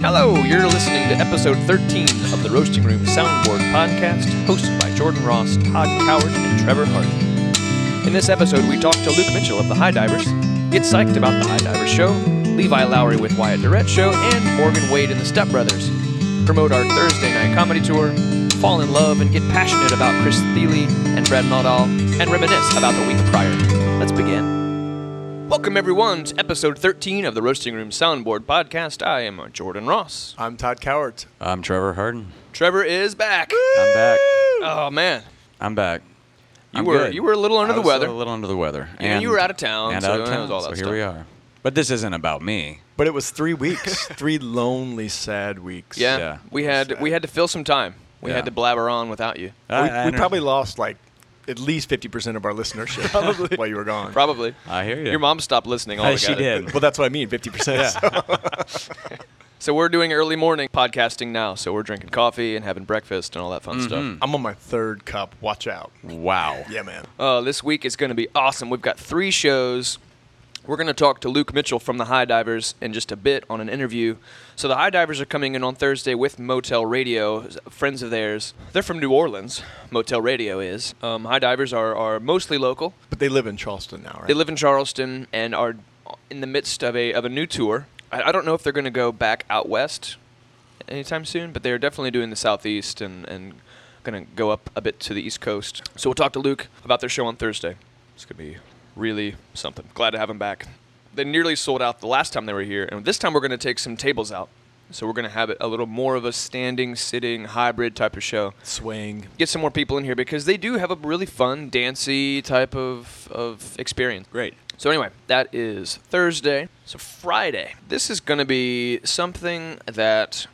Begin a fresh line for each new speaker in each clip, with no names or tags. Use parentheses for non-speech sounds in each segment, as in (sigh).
Hello, you're listening to episode 13 of the Roasting Room Soundboard podcast, hosted by Jordan Ross, Todd Coward, and Trevor Hardy. In this episode, we talk to Luke Mitchell of the High Divers, get psyched about the High Divers show, Levi Lowry with Wyatt Durrett show, and Morgan Wade and the Step Brothers, promote our Thursday night comedy tour, fall in love and get passionate about Chris Thiele and Brad Nodal, and reminisce about the week prior. Let's begin. Welcome, everyone, to episode 13 of the Roasting Room Soundboard Podcast. I am Jordan Ross.
I'm Todd Cowart.
I'm Trevor Harden.
Trevor is back.
I'm back.
Oh, man.
I'm back.
You were you were a little under
I
the
was
weather.
A little under the weather.
Yeah, you were out of town,
And
so
out of
that
town.
was all that
so here we are. But this isn't about me.
But it was
(laughs)
three weeks, three lonely, sad weeks.
Yeah,
Yeah.
we had we had to fill some time. We
Yeah.
had to blabber on without you.
We, we probably lost like at least 50% of
(laughs)
our listenership while you were gone.
Probably.
I hear you.
Your mom stopped
(laughs)
listening. All
she did.
Well, that's what I mean, 50%. (laughs) so.
So we're doing early morning podcasting now. So we're drinking coffee and having breakfast and all that
Mm-hmm.
fun stuff.
I'm on my third cup. Watch out.
Wow.
Yeah, man.
Uh, this week is going to be awesome. We've got three shows. We're going to talk to Luke Mitchell from the High Divers in just a bit on an interview. So the High Divers are coming in on Thursday with Motel Radio, friends of theirs. They're from New Orleans. Motel Radio is. Um, High Divers are, are mostly local.
But they live in Charleston now, right?
They live in Charleston and are in the midst of a of a new tour. I, I don't know if they're going to go back out west anytime soon, but they're definitely doing the southeast and and going to go up a bit to the east coast. So we'll talk to Luke about their show on Thursday. It's going to be really something. Glad to have him back. They nearly sold out the last time they were here, and this time we're going to take some tables out. So we're going to have it a little more of a standing, sitting, hybrid type of show
Swing.
get some more people in here because they do have a really fun, dancey type of, of experience.
Great.
So anyway, that is Thursday. So Friday, this is going to be something that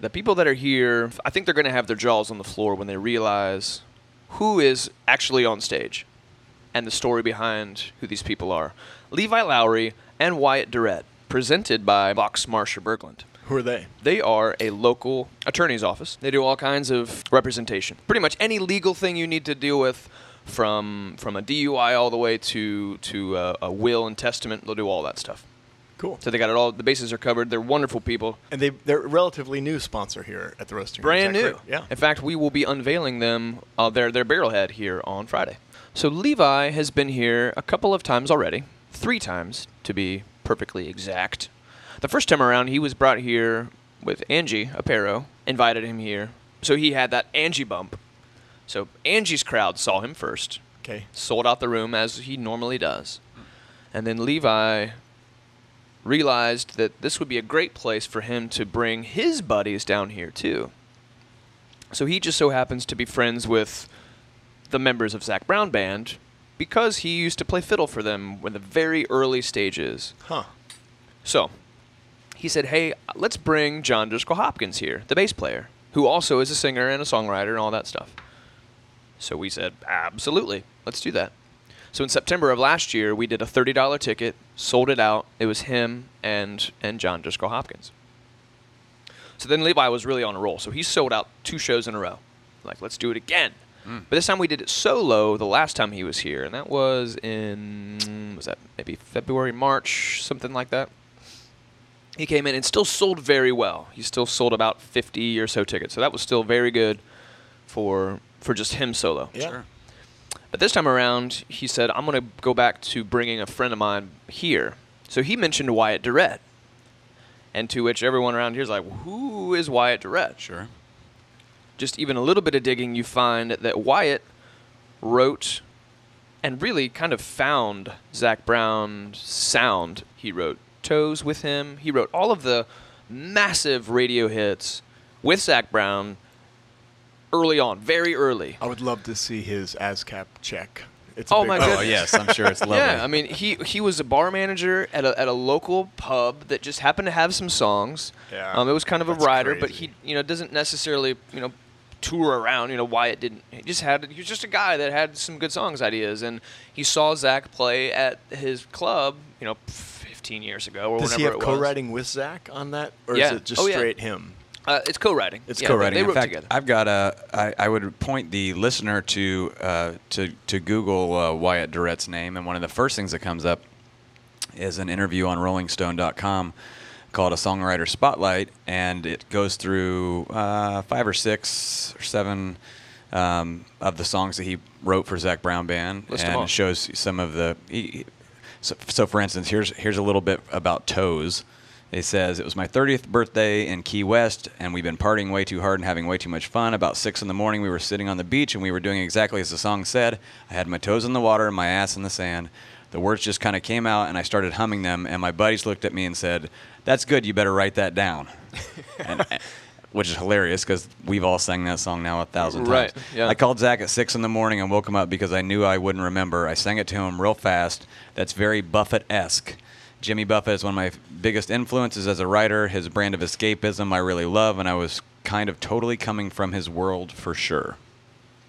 the people that are here, I think they're going to have their jaws on the floor when they realize who is actually on stage and the story behind who these people are. Levi Lowry and Wyatt Durrett, presented by Vox Marsha Berglund.
Who are they?
They are a local attorney's office. They do all kinds of representation. Pretty much any legal thing you need to deal with, from from a DUI all the way to to uh, a will and testament. They'll do all that stuff.
Cool.
So they got it all. The bases are covered. They're wonderful people.
And they, they're a relatively new sponsor here at the Roasting Room, is
Brand
that
new.
correct? Yeah.
In fact, we will be unveiling them uh, their their barrelhead here on Friday. So Levi has been here a couple of times already, three times to be perfectly exact. The first time around, he was brought here with Angie Aparo, invited him here, so he had that Angie bump. So Angie's crowd saw him first,
okay.
sold out the room as he normally does. And then Levi realized that this would be a great place for him to bring his buddies down here too. So he just so happens to be friends with the members of Zach Brown Band because he used to play fiddle for them in the very early stages.
Huh.
So he said, "Hey, let's bring John Driscoll Hopkins here, the bass player, who also is a singer and a songwriter and all that stuff." So we said, "Absolutely, let's do that." So in September of last year, we did a thirty-dollar ticket, sold it out. It was him and and John Driscoll Hopkins. So then Levi was really on a roll. So he sold out two shows in a row. Like, let's do it again. But this time we did it solo the last time he was here, and that was in was that maybe February, March, something like that he came in and still sold very well. He still sold about 50 or so tickets. So that was still very good for for just him solo.
Yeah.
Sure.
But this time around, he said, "I'm going to go back to bringing a friend of mine here." So he mentioned Wyatt Durrett. And to which everyone around here is like, "Who is Wyatt Durrett?"
Sure.
just even a little bit of digging, you find that Wyatt wrote and really kind of found Zach Brown's sound. He wrote Toes with him. He wrote all of the massive radio hits with Zach Brown early on, very early.
I would love to see his ASCAP check. It's
Oh
a big
my
one.
Oh
Goodness.
yes, I'm sure it's lovely.
(laughs) Yeah, I mean, he he was a bar manager at a, at a local pub that just happened to have some songs.
Yeah,
Um, it was kind of a
that's
rider, but
crazy.
he you know doesn't necessarily you know tour around. You know, Wyatt didn't. He just had he was just a guy that had some good songs ideas, and he saw Zach play at his club. You know, 15 years ago or
Does
whenever
he have
it was.
co-writing with Zach on that, or
Yeah.
is it just
Oh, yeah.
straight him?
Uh, it's co-writing.
It's
Yeah, they-
co-writing.
They,
In
wrote
fact,
together.
I've got a. I, I would point the listener to uh, to to Google uh, Wyatt Durrett's name, and one of the first things that comes up is an interview on RollingStone.com called a songwriter spotlight, and it goes through uh, five or six or seven um, of the songs that he wrote for Zach Brown Band,
List 'em
and
all.
shows some of the. He, he- so, so, for instance, here's here's a little bit about Toes. It says it was my 30th birthday in Key West, and we've been partying way too hard and having way too much fun. About six in the morning, we were sitting on the beach, and we were doing exactly as the song said. I had my toes in the water and my ass in the sand. The words just kind of came out, and I started humming them. And my buddies looked at me and said, "That's good. You better write that down." (laughs) and, uh, which is hilarious because we've all sang that song now a thousand
Right,
times.
yeah.
I called Zach at six in the morning and woke him up because I knew I wouldn't remember. I sang it to him real fast. That's very Buffett esque. Jimmy Buffett is one of my biggest influences as a writer. His brand of escapism I really love, and I was kind of totally coming from his world for sure.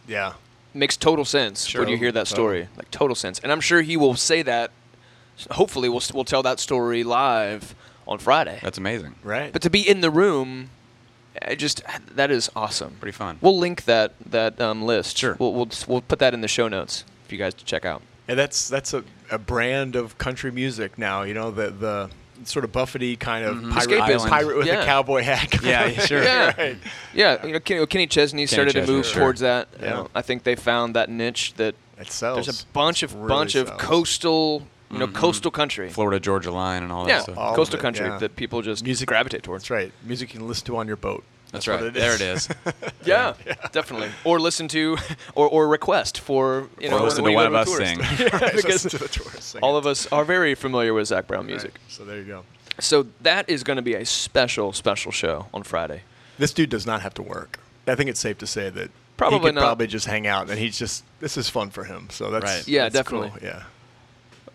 Yeah.
Makes total sense
Sure. Oh.
when you hear that
Totally.
story. Like total sense. And I'm sure he will say that. Hopefully, we'll we'll tell that story live on Friday.
That's amazing.
Right.
But to be in the room, I just that is awesome.
Pretty fun.
We'll link that that um, list.
Sure.
We'll we'll, just, we'll put that in the show notes for you guys to check out.
And that's that's a, a brand of country music now. You know the the sort of Buffety kind of pirate,
Escapism.
pirate with
Yeah.
a cowboy hat. kind
Yeah,
of thing,
sure.
Yeah.
(laughs) right.
Yeah, you know Kenny, Kenny Chesney started to
Chesney,
move
sure.
towards that. You
Yeah.
know, I think they found that niche that
It sells.
there's a bunch of
Really
bunch of
sells.
coastal, you know, coastal country.
Mm-hmm. Florida Georgia Line and all
yeah,
that stuff.
All of
coastal
it,
country
yeah.
that people just
Music-
gravitate towards.
That's right. Music you can listen to on your boat.
That's,
what
right.
(laughs)
There it is.
Yeah, definitely. Or listen to, (laughs) or, or request for you know
or listen to
when we
one
go
of
a
us
tourist.
sing.
(laughs)
(laughs) Because to the tourists sing
All
it.
of us are very familiar with Zach Brown music.
Right. So there you go.
So that is going to be a special, special show on Friday.
This dude does not have to work. I think it's safe to say that
Probably
he could
not.
probably just hang out, and he's just this is fun for him. So that's
Right.
Yeah,
that's cool.
definitely.
Yeah,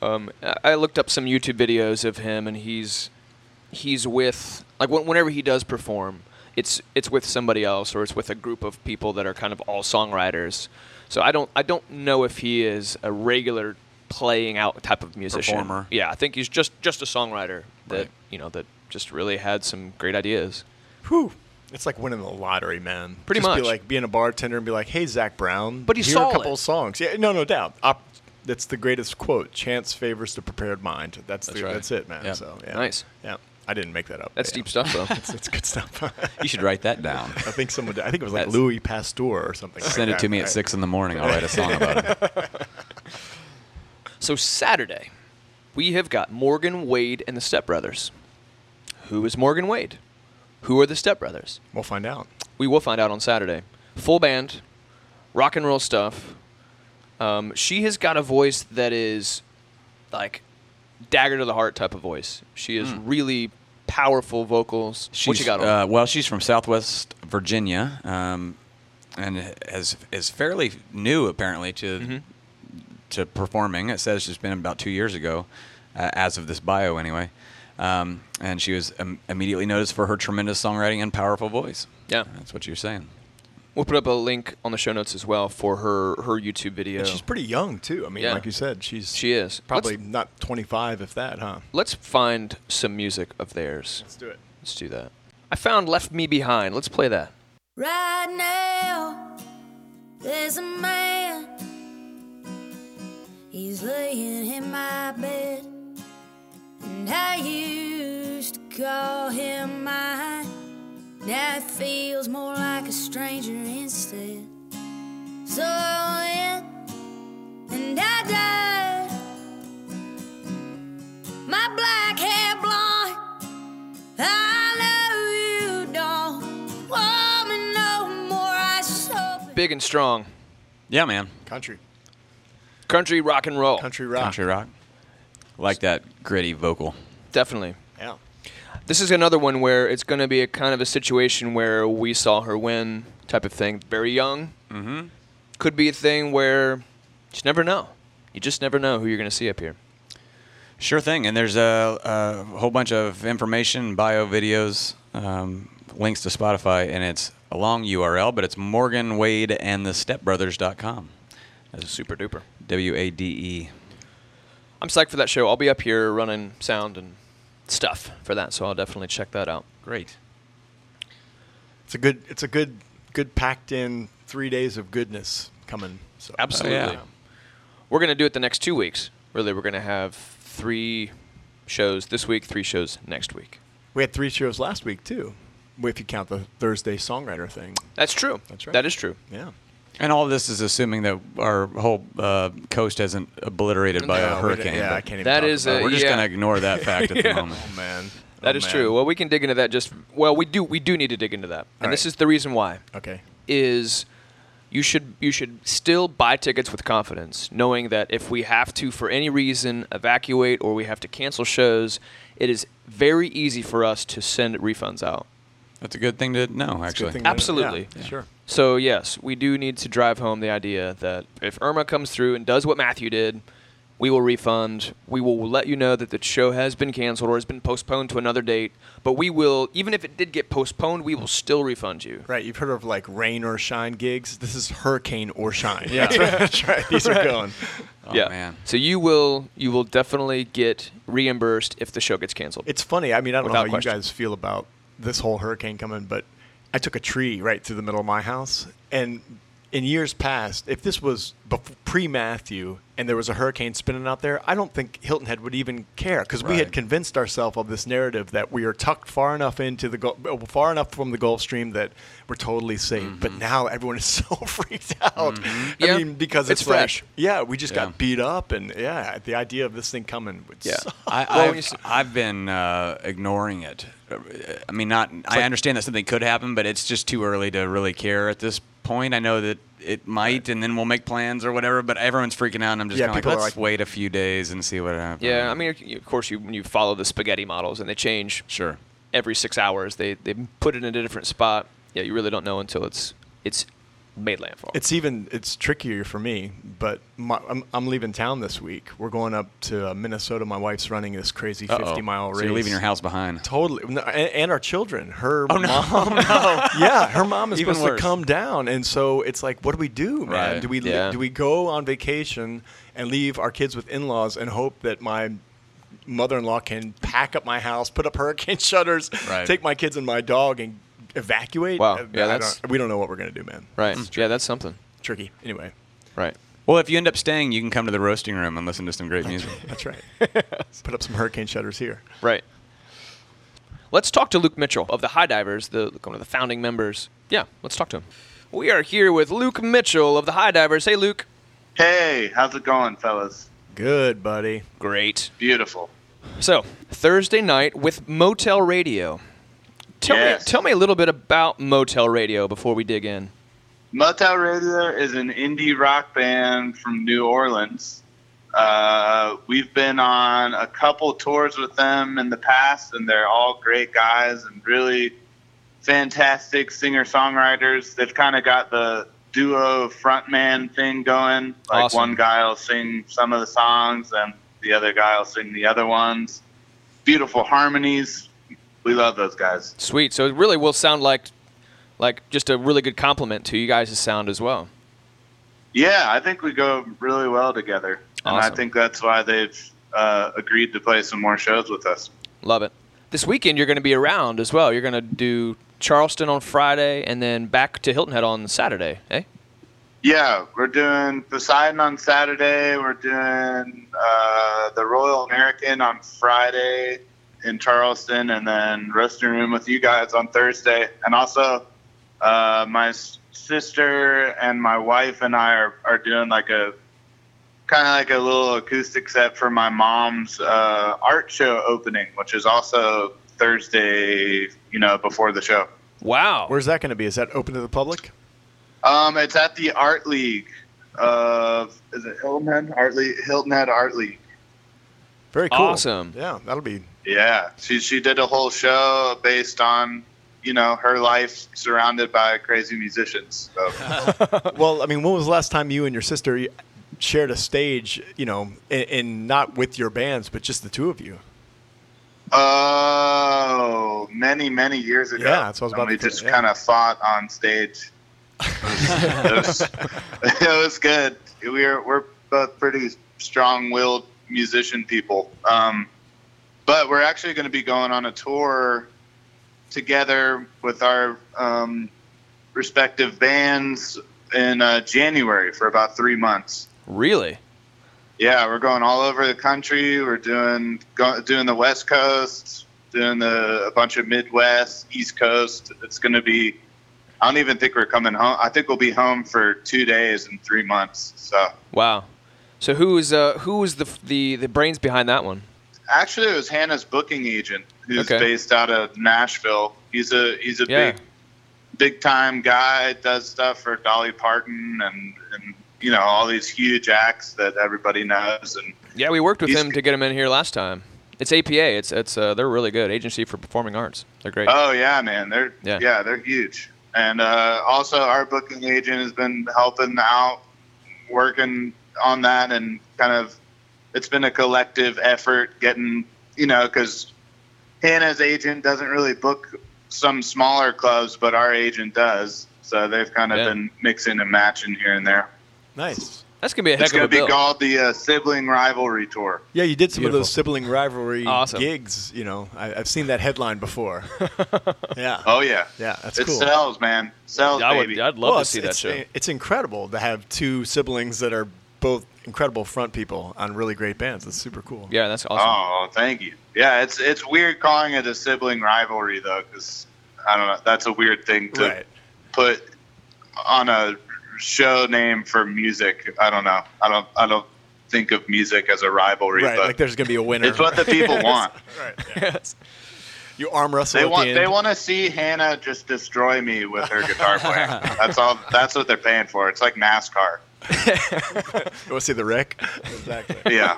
Um, I- I looked up some YouTube videos of him, and he's he's with like when, whenever he does perform, it's it's with somebody else or it's with a group of people that are kind of all songwriters. So I don't I don't know if he is a regular playing out type of musician.
Performer.
Yeah, I think he's just just a songwriter that
Right.
you know that just really had some great ideas.
Whew. It's like winning the lottery, man.
Pretty
Just
much.
Be like being a bartender and be like, "Hey, Zach Brown,
But he
hear
saw
a couple
it.
songs." Yeah, no, no doubt. Op- that's the greatest quote. Chance favors the prepared mind. That's
That's
the,
right.
that's it, man.
Yeah.
So yeah.
Nice.
Yeah, I didn't make that up.
That's
Yeah.
deep stuff
(laughs)
(laughs)
though.
That's, that's good stuff. (laughs)
You should write that down.
I think someone. Did. I think it was like
That's-
Louis Pasteur or something. like
Send it
that,
to me at
right?
six in the morning. I'll write a song about it.
So Saturday, we have got Morgan Wade and the Stepbrothers. Who is Morgan Wade? Who are the Stepbrothers?
We'll find out.
We will find out on Saturday. Full band, rock and roll stuff. Um, she has got a voice that is like dagger to the heart type of voice. She is really powerful vocals. what you got on?
Uh, well, Hmm. she's from Southwest Virginia, um, and has is fairly new apparently to
Mm-hmm.
to performing. It says she's been about two years ago, uh, as of this bio anyway. Um, and she was im- immediately noticed for her tremendous songwriting and powerful voice.
Yeah.
that's what you're saying.
we'll put up a link on the show notes as well for her her YouTube video.
And she's pretty young too. I mean,
Yeah.
like you said, she's
She is.
probably
Let's-
not 25 if that, huh?
Let's find some music of theirs.
Let's do it.
Let's do that. I found Left Me Behind. Let's play that.
Right now, there's a man. He's laying in my bed. And I used to call him mine. Now it feels more like a stranger instead. So I went and I died. My black hair blonde. I love you, don't want me no more. I just hope
Big and strong.
Yeah, man,
Country,
Country rock and roll.
country rock.
country rock. Like that gritty vocal.
Definitely.
Yeah.
This is another one where it's going to be a kind of a situation where we saw her win type of thing. Very young. Mm-hmm. Could be a thing where you just never know. You just never know who you're going to see up here.
Sure thing. And there's a, a whole bunch of information, bio videos, um, links to Spotify, and it's a long URL, but it's Morgan Wade and the Stepbrothers.com. That's super
Super duper.
W A D E.
I'm psyched for that show. I'll be up here running sound and stuff for that, so I'll definitely check that out.
Great.
It's a good. It's a good. Good packed in three days of goodness coming. So Um,
Absolutely.
Oh,
yeah.
We're going to do it the next two weeks. Really, we're going to have three shows this week, three shows next week.
We had three shows last week too, if you count the Thursday songwriter thing.
That's true.
That's right.
That is true.
Yeah.
And all this is assuming that our whole uh, coast isn't obliterated by
No,
a
Uh, we
hurricane.
didn't- Yeah,
but
I can't even.
That
talk
is
about
a-
We're just
yeah.
going to ignore that fact
(laughs)
at the moment.
it. Oh man.
That
Oh,
is
man.
true. Well, we can dig into that. Just well, we do. We do need to dig into that, and
All
this
right.
is the reason why.
Okay.
Is you should you should still buy tickets with confidence, knowing that if we have to for any reason evacuate or we have to cancel shows, it is very easy for us to send refunds out.
That's a good thing to know,
It's a good
actually.
thing to know.
Absolutely.
Yeah, Sure.
So yes, we do need to drive home the idea that if Irma comes through and does what Matthew did, we will refund. We will let you know that the show has been canceled or has been postponed to another date. But we will, even if it did get postponed, we will still refund you.
Right. You've heard of like rain or shine gigs. This is hurricane or shine. (laughs)
Yeah.
That's right. That's right. These are going.
Oh,
yeah.
man.
So you will, you will definitely get reimbursed if the show gets canceled.
It's funny. I mean, I don't
Without
know how
question.
you guys feel about this whole hurricane coming, but I took a tree right through the middle of my house. And in years past, if this was pre Matthew and there was a hurricane spinning out there, I don't think Hilton Head would even care because we
Right.
had convinced ourselves of this narrative that we are tucked far enough into the Gul- uh, far enough from the Gulf Stream that we're totally safe. But now everyone is (laughs) so freaked out. I
Mm-hmm. Yeah.
mean, because
It's
it's, like-
fresh.
yeah, we just
Yeah.
got beat up, and yeah, the idea of this thing coming would
Yeah.
suck.
I,
Well, you
I've,
s-
I've been uh, ignoring it. Uh, I mean, not. I understand that something could happen, but it's just too early to really care at this point. I know that it might, and then we'll make plans or whatever. But everyone's freaking out, and I'm just
Yeah,
kinda
people are
like, let's
like-
wait a few days and see what happens.
yeah. I mean, you- of course, you you follow the spaghetti models and they change
sure.
every six hours. They they put it in a different spot. Yeah, you really don't know until it's it's made landfall.
It's even it's trickier for me, but my, I'm, I'm leaving town this week. We're going up to uh, Minnesota. My wife's running this crazy
Uh-oh.
50 mile race. Oh,
So you're leaving your house behind.
(laughs) Totally, No, and, and our children. Her
no.
mom, (laughs) yeah, her mom is
(laughs) Even
supposed
worse.
to come down, and so it's like, what do we do, man?
Right.
Do we li-
Yeah.
do we go on vacation and leave our kids with in-laws and hope that my mother-in-law can pack up my house, put up hurricane (laughs) shutters,
Right.
take my kids and my dog, and evacuate?
Wow.
Uh,
Yeah,
I
that's-
don't- we don't know what we're gonna do, man.
right. Yeah, that's something.
Tricky. Anyway,
Right.
(laughs) Well, if you end up staying, you can come to the roasting room and listen to some great music. (laughs)
That's right. Put up some hurricane shutters here.
Right. Let's talk to Luke Mitchell of the High Divers, the one of the founding members. Yeah, let's talk to him. We are here with Luke Mitchell of the High Divers. Hey, Luke.
Hey, how's it going, fellas?
Good, buddy.
Great.
Beautiful.
So Thursday night with Motel Radio. Tell
Yes.
me, tell me a little bit about Motel Radio before we dig in.
Motel Radio is an indie rock band from New Orleans. Uh, we've been on a couple tours with them in the past, and they're all great guys and really fantastic singer songwriters. They've kind of got the duo frontman thing going. Like
Awesome.
one guy will sing some of the songs, and the other guy will sing the other ones. Beautiful harmonies. We love those guys.
Sweet. So it really will sound like, like just a really good compliment to you guys' sound as well.
Yeah, I think we go really well together, and I
Awesome.
think that's why they've uh, agreed to play some more shows with us.
Love it. This weekend you're going to be around as well. You're going to do Charleston on Friday and then back to Hilton Head on Saturday. Eh?
Yeah, we're doing Poseidon on Saturday. We're doing uh, the Royal American on Friday in Charleston, and then Roasting Room with you guys on Thursday. And also, uh, my s- sister and my wife and I are, are doing like a kind of like a little acoustic set for my mom's uh, art show opening, which is also Thursday, you know, before the show.
Wow.
Where's that going to be? Is that open to the public?
Um, it's at the Art League of is it Hilton Head Art League Hilton Head Art League.
Very cool.
Awesome.
Yeah, that'll be.
Yeah, she she did a whole show based on you know her life surrounded by crazy musicians. So.
Well, I mean, when was the last time you and your sister y- shared a stage? You know, and, and not with your bands, but just the two of you.
oh, many many years ago.
Yeah, that's what I was
when
about
We
to
just
say, yeah.
kind of fought on stage. It was, it was, it was good. We are we're both pretty strong-willed musician people. Um, but we're actually going to be going on a tour together with our um, respective bands in uh, January for about three months.
Really?
Yeah, we're going all over the country. We're doing go, doing the West Coast, doing the, a bunch of Midwest, East Coast. It's going to be. I don't even think we're coming home. I think we'll be home for two days and three months. So
Wow. So who is uh who is the f- the the brains behind that one?
actually, it was Hannah's booking agent, who's
Okay.
based out of Nashville. He's a he's a
Yeah.
big big time guy. Does stuff for Dolly Parton and and you know all these huge acts that everybody knows. And
Yeah, we worked with
He's-
him to get him in here last time. It's APA. It's it's uh, they're really good agency for performing arts. They're great.
oh yeah, man, they're
Yeah.
yeah, they're huge. And uh, also, our booking agent has been helping out, working on that, and kind of it's been a collective effort getting you know because Hannah's agent doesn't really book some smaller clubs, but our agent does. So they've kind of
Yeah.
been mixing and matching here and there.
Nice.
That's gonna be a heck
It's
of
going
a
to be
bill.
called the uh, sibling rivalry tour.
Yeah, you did some
Beautiful.
of those sibling rivalry
Awesome.
gigs. You know, I, I've seen that
(laughs)
headline before. yeah.
Oh yeah,
Yeah, that's
it
cool.
sells, man. Sells,
I
baby.
would, I'd love
Well,
to
it's-
see that
it's,
show.
It's incredible to have two siblings that are both incredible front people on really great bands. It's super cool.
Yeah, that's awesome.
Oh, thank you. Yeah, it's it's weird calling it a sibling rivalry though, because I don't know. That's a weird thing to
Right.
put on a show name for music. I don't know. I don't. I don't think of music as a rivalry,
Right.
but
Like there's gonna be a winner.
it's what the
(laughs)
people want.
right.
Oh.
(laughs)
yeah. You arm wrestle.
They
at
want.
The
They
end.
want to see Hannah just destroy me with her guitar playing.
(laughs)
That's all. That's what they're paying for. It's like NASCAR.
You want to see the
(laughs)
wreck. exactly.
Yeah.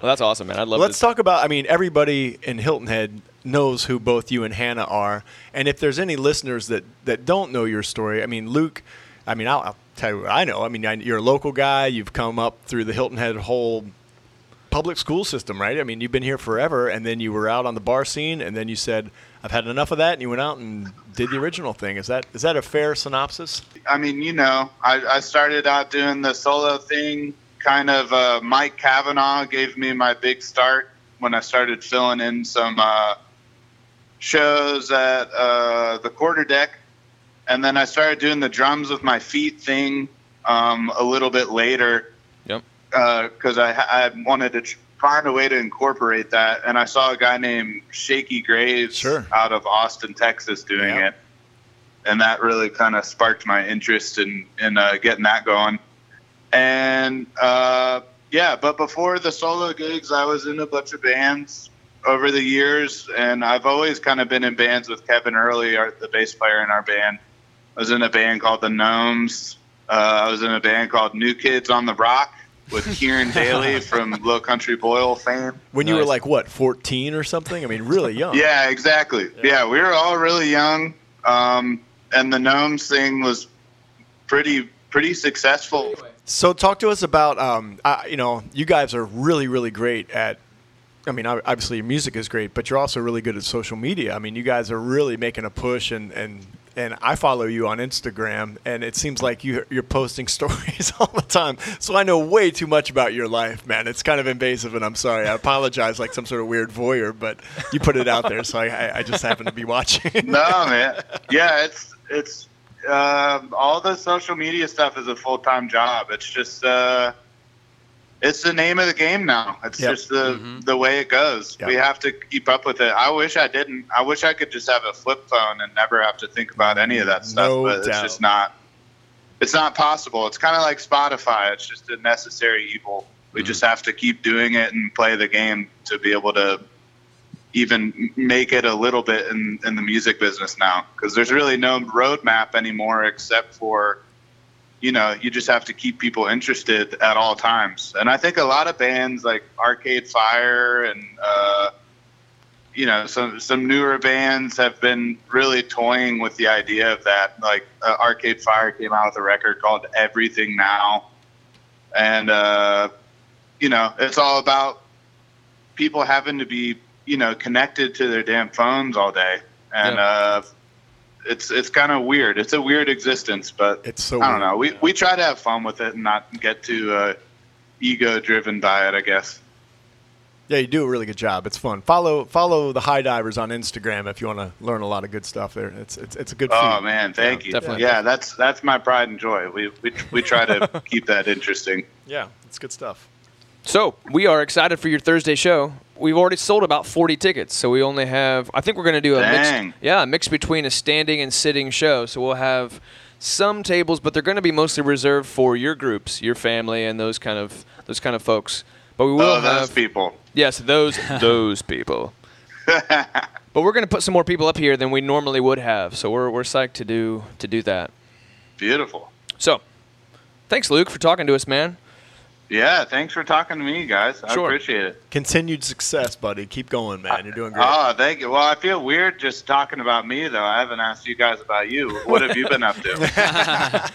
Well, that's awesome, man. I'd love
Let's
to.
talk about. I mean, everybody in Hilton Head knows who both you and Hannah are, and if there's any listeners that that don't know your story, I mean, Luke, I mean, I'll, I'll tell you what I know. I mean, I, you're a local guy. You've come up through the Hilton Head whole public school system, right? I mean, you've been here forever, and then you were out on the bar scene, and then you said, "I've had enough of that," and you went out and did the original thing. Is that is that a fair synopsis?
I mean, you know, I, I started out doing the solo thing. Kind of uh, Mike Kavanaugh gave me my big start when I started filling in some uh, shows at uh, the quarter deck. And then I started doing the drums with my feet thing um, a little bit later
Yep.
because I, I wanted to tr- find a way to incorporate that. And I saw a guy named Shaky Graves
Sure.
out of Austin, Texas, doing
Yeah.
it, and that really kind of sparked my interest in in uh, getting that going. And uh, yeah, but before the solo gigs, I was in a bunch of bands over the years, and I've always kind of been in bands with Kevin Early, our, the bass player in our band. I was in a band called the Gnomes. Uh, I was in a band called New Kids on the Rock with Kieran Daly from Low Country Boil fame.
When you were
Nice.
like what, 14 or something? I mean, really young.
(laughs) Yeah, exactly. Yeah, we were all really young, um, and the gnomes thing was pretty pretty successful.
So talk to us about, um, uh, you know, you guys are really, really great at. I mean, ob- obviously your music is great, but you're also really good at social media. I mean, you guys are really making a push, and and and I follow you on Instagram, and it seems like you you're posting (laughs) stories all the time. So I know way too much about your life, man. It's kind of invasive, and I'm sorry. I apologize, like some sort of weird voyeur, but you put it out there, so I, I, I just happen to be watching.
(laughs) No, man. Yeah, it's it's um all the social media stuff is a full time job. It's just uh, it's the name of the game now. It's
Yep.
just the the way it goes.
Yep.
We have to keep up with it. I wish I didn't. I wish I could just have a flip phone and never have to think about any of that stuff.
No
but it's
doubt.
just not. It's not possible. It's kind of like Spotify. It's just a necessary evil. We
Mm-hmm.
just have to keep doing it and play the game to be able to even make it a little bit in, in the music business now because there's really no roadmap anymore except for you know you just have to keep people interested at all times and i think a lot of bands like arcade fire and uh, you know some some newer bands have been really toying with the idea of that like uh, arcade fire came out with a record called everything now and uh, you know it's all about people having to be you know connected to their damn phones all day and
Yeah.
uh, it's it's kind of weird it's a weird existence but
It's so
i don't
weird.
know we, we try to have fun with it and not get too uh, ego driven by it i guess
Yeah, you do a really good job. It's fun. Follow follow the high divers on Instagram if you want to learn a lot of good stuff there. It's it's, it's a good.
oh
feed.
man thank you
definitely.
yeah that's that's my pride and joy we we, we try to keep that interesting
Yeah, it's good stuff.
So we are excited for your Thursday show. we've already sold about 40 tickets, so we only have. I think we're going to do a
Dang.
mix. Yeah, a mix between a standing and sitting show. So we'll have some tables, but they're going to be mostly reserved for your groups, your family, and those kind of those kind of folks. But we will
oh,
have
those people.
yes,
(laughs)
those those people. but we're going to put some more people up here than we normally would have. So we're we're psyched to do to do that.
Beautiful.
So, thanks, Luke, for talking to us, man.
Yeah, thanks for talking to me, guys. I
Sure.
appreciate it.
Continued success, buddy. Keep going, man. You're doing great.
Oh, thank you. Well, I feel weird just talking about me, though. I haven't asked you guys about you. What have you been up to?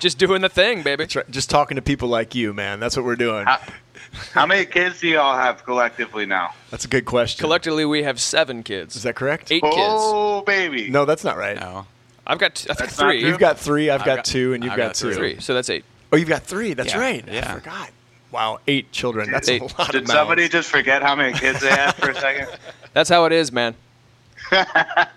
Just doing the thing, baby.
Tr- Just talking to people like you, man. That's what we're doing.
How, how many kids do you all have collectively now?
That's a good question.
Collectively, we have seven kids.
Is that correct?
Eight kids.
Oh, baby.
No, that's not right.
No.
I've got. T- I think
That's not
three.
true.
You've got three. have got,
got-
two, and you've
I've
got,
got
two.
three. So that's eight.
Oh, you've got three. That's
Yeah.
right. I
Yeah.
forgot. Wow, eight children. That's
Eight.
a lot.
Did
of
somebody
mouths.
just forget how many kids they had for a second?
That's how it is,
(laughs)
man.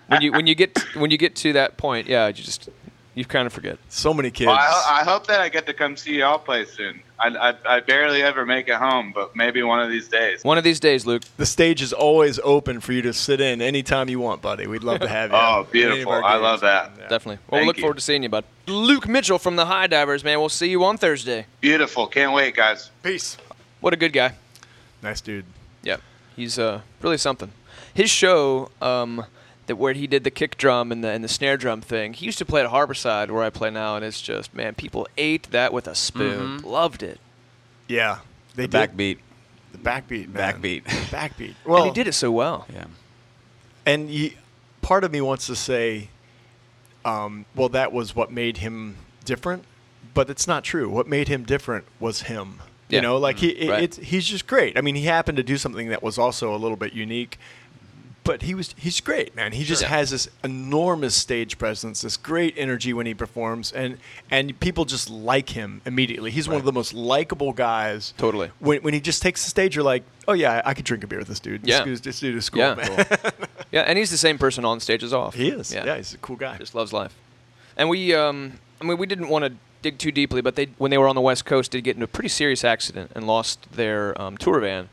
when you when you get when you get to that point, yeah, you just you kind of forget.
so many kids?
Well, I, I hope that I get to come see y'all play soon. I, I, I barely ever make it home, but maybe one of these days.
One of these days, Luke.
the stage is always open for you to sit in anytime you want, buddy. We'd love to have you.
(laughs) Oh,
at any of
beautiful.
our
I
games.
love that.
Yeah.
Definitely. Well, we
Thank
look
you.
forward to seeing you, bud. Luke Mitchell from the High Divers, man. We'll see you on Thursday.
Beautiful. Can't wait, guys.
Peace.
What a good guy.
Nice dude.
Yeah, he's uh, really something. His show um, that where he did the kick drum and the and the snare drum thing. He used to play at Harborside, where I play now, and it's just man, people ate that with a spoon.
Mm-hmm.
Loved it.
Yeah. They
The
did-
backbeat.
The backbeat. Man.
Backbeat.
(laughs) Backbeat. Well,
and he did it so well.
Yeah.
and he, part of me wants to say, um, well, that was what made him different, but it's not true. What made him different was him.
Yeah. Mm-hmm.
You know, like he, it,
Right.
it's, he's just great. I mean, he happened to do something that was also a little bit unique, but he was he's great, man. He just
Sure.
has this enormous stage presence, this great energy when he performs, and and people just like him immediately. He's one of the most likable guys.
Totally.
When when he just takes the stage, you're like, oh yeah, I could drink a beer with this dude. This
Yeah.
dude- This dude is cool,
Yeah.
man.
Yeah, and he's the same person on stage as off.
He is. Yeah,
yeah
he's a cool guy.
just loves life. And we, um, I mean, we didn't want to dig too deeply, but they, when they were on the West Coast, did get into a pretty serious accident and lost their um, tour van,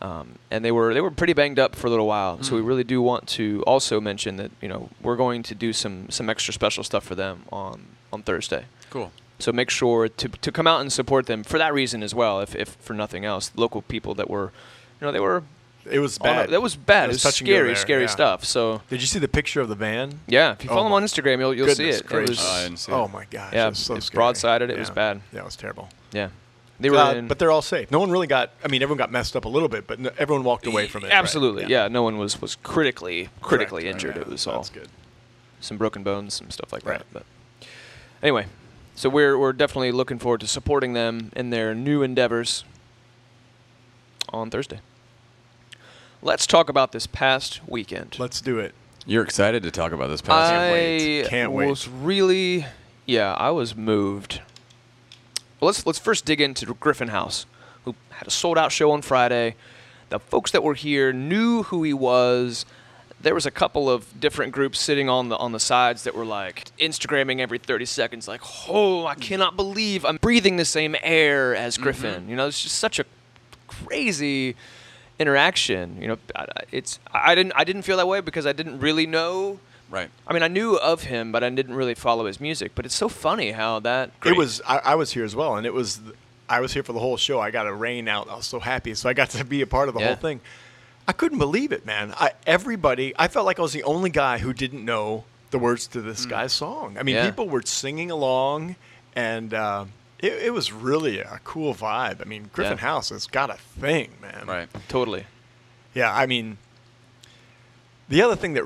um, and they were they were pretty banged up for a little while. So we
Mm.
really do want to also mention that you know we're going to do some some extra special stuff for them on on Thursday.
Cool.
So make sure to, to come out and support them for that reason as well, if, if for nothing else. Local people that were, you know, they were
it was
on a-
bad.
that was bad. It was,
touch and go
scary,
there,
scary
yeah.
stuff. So
Did you see the picture of the van?
yeah, if you
Oh
follow them
my
on Instagram, you'll you'll see
Goodness
it. It
gracious.
was-
Oh, I didn't see
oh
it.
my gosh.
Yeah,
it was so
it
scary.
broadsided, it was
Yeah.
bad.
Yeah, it was terrible.
Yeah, they were.
Uh,
in,
but they're all safe. No one really got. I mean, everyone got messed up a little bit, but no, everyone walked away from it. right?
Absolutely, yeah. No one was was critically
Correct.
critically
Right,
injured.
yeah,
It was all
That's good.
some broken bones, some stuff like
Right.
that. But anyway, so we're we're definitely looking forward to supporting them in their new endeavors on Thursday. Let's talk about this past weekend.
Let's do it.
You're excited to talk about this past
I
wait. Can't wait.
was really, yeah, I was moved. Well, let's let's first dig into Griffin House, who had a sold out show on Friday. The folks that were here knew who he was. There was a couple of different groups sitting on the on the sides that were like Instagramming every 30 seconds, like, "Oh, I cannot believe I'm breathing the same air as
Mm-hmm.
Griffin." You know, it's just such a crazy interaction. You know, I- I- it's I I didn't I didn't feel that way because I didn't really know
Right.
I mean, I knew of him, but I didn't really follow his music. But it's so funny how that.
It was. I, I was here as well, and it was. th- I was here for the whole show. I got a rain out. I was so happy, so I got to be a part of the
Yeah.
whole thing. I couldn't believe it, man. I, everybody. I felt like I was the only guy who didn't know the words to this guy's song. I mean,
Mm. Yeah.
people were singing along, and uh, it, it was really a cool vibe. I mean, Griffin
Yeah.
House has got a thing, man.
Right.
totally.
Yeah, I mean, the other thing that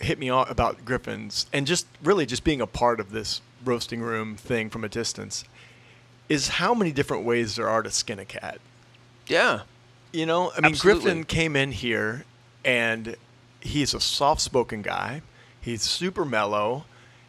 hit me all about Griffins and just really just being a part of this roasting room thing from a distance is how many different ways there are to skin a cat.
Yeah.
You know, I mean,
Absolutely.
Griffin came in here and he's a soft spoken guy, he's super mellow.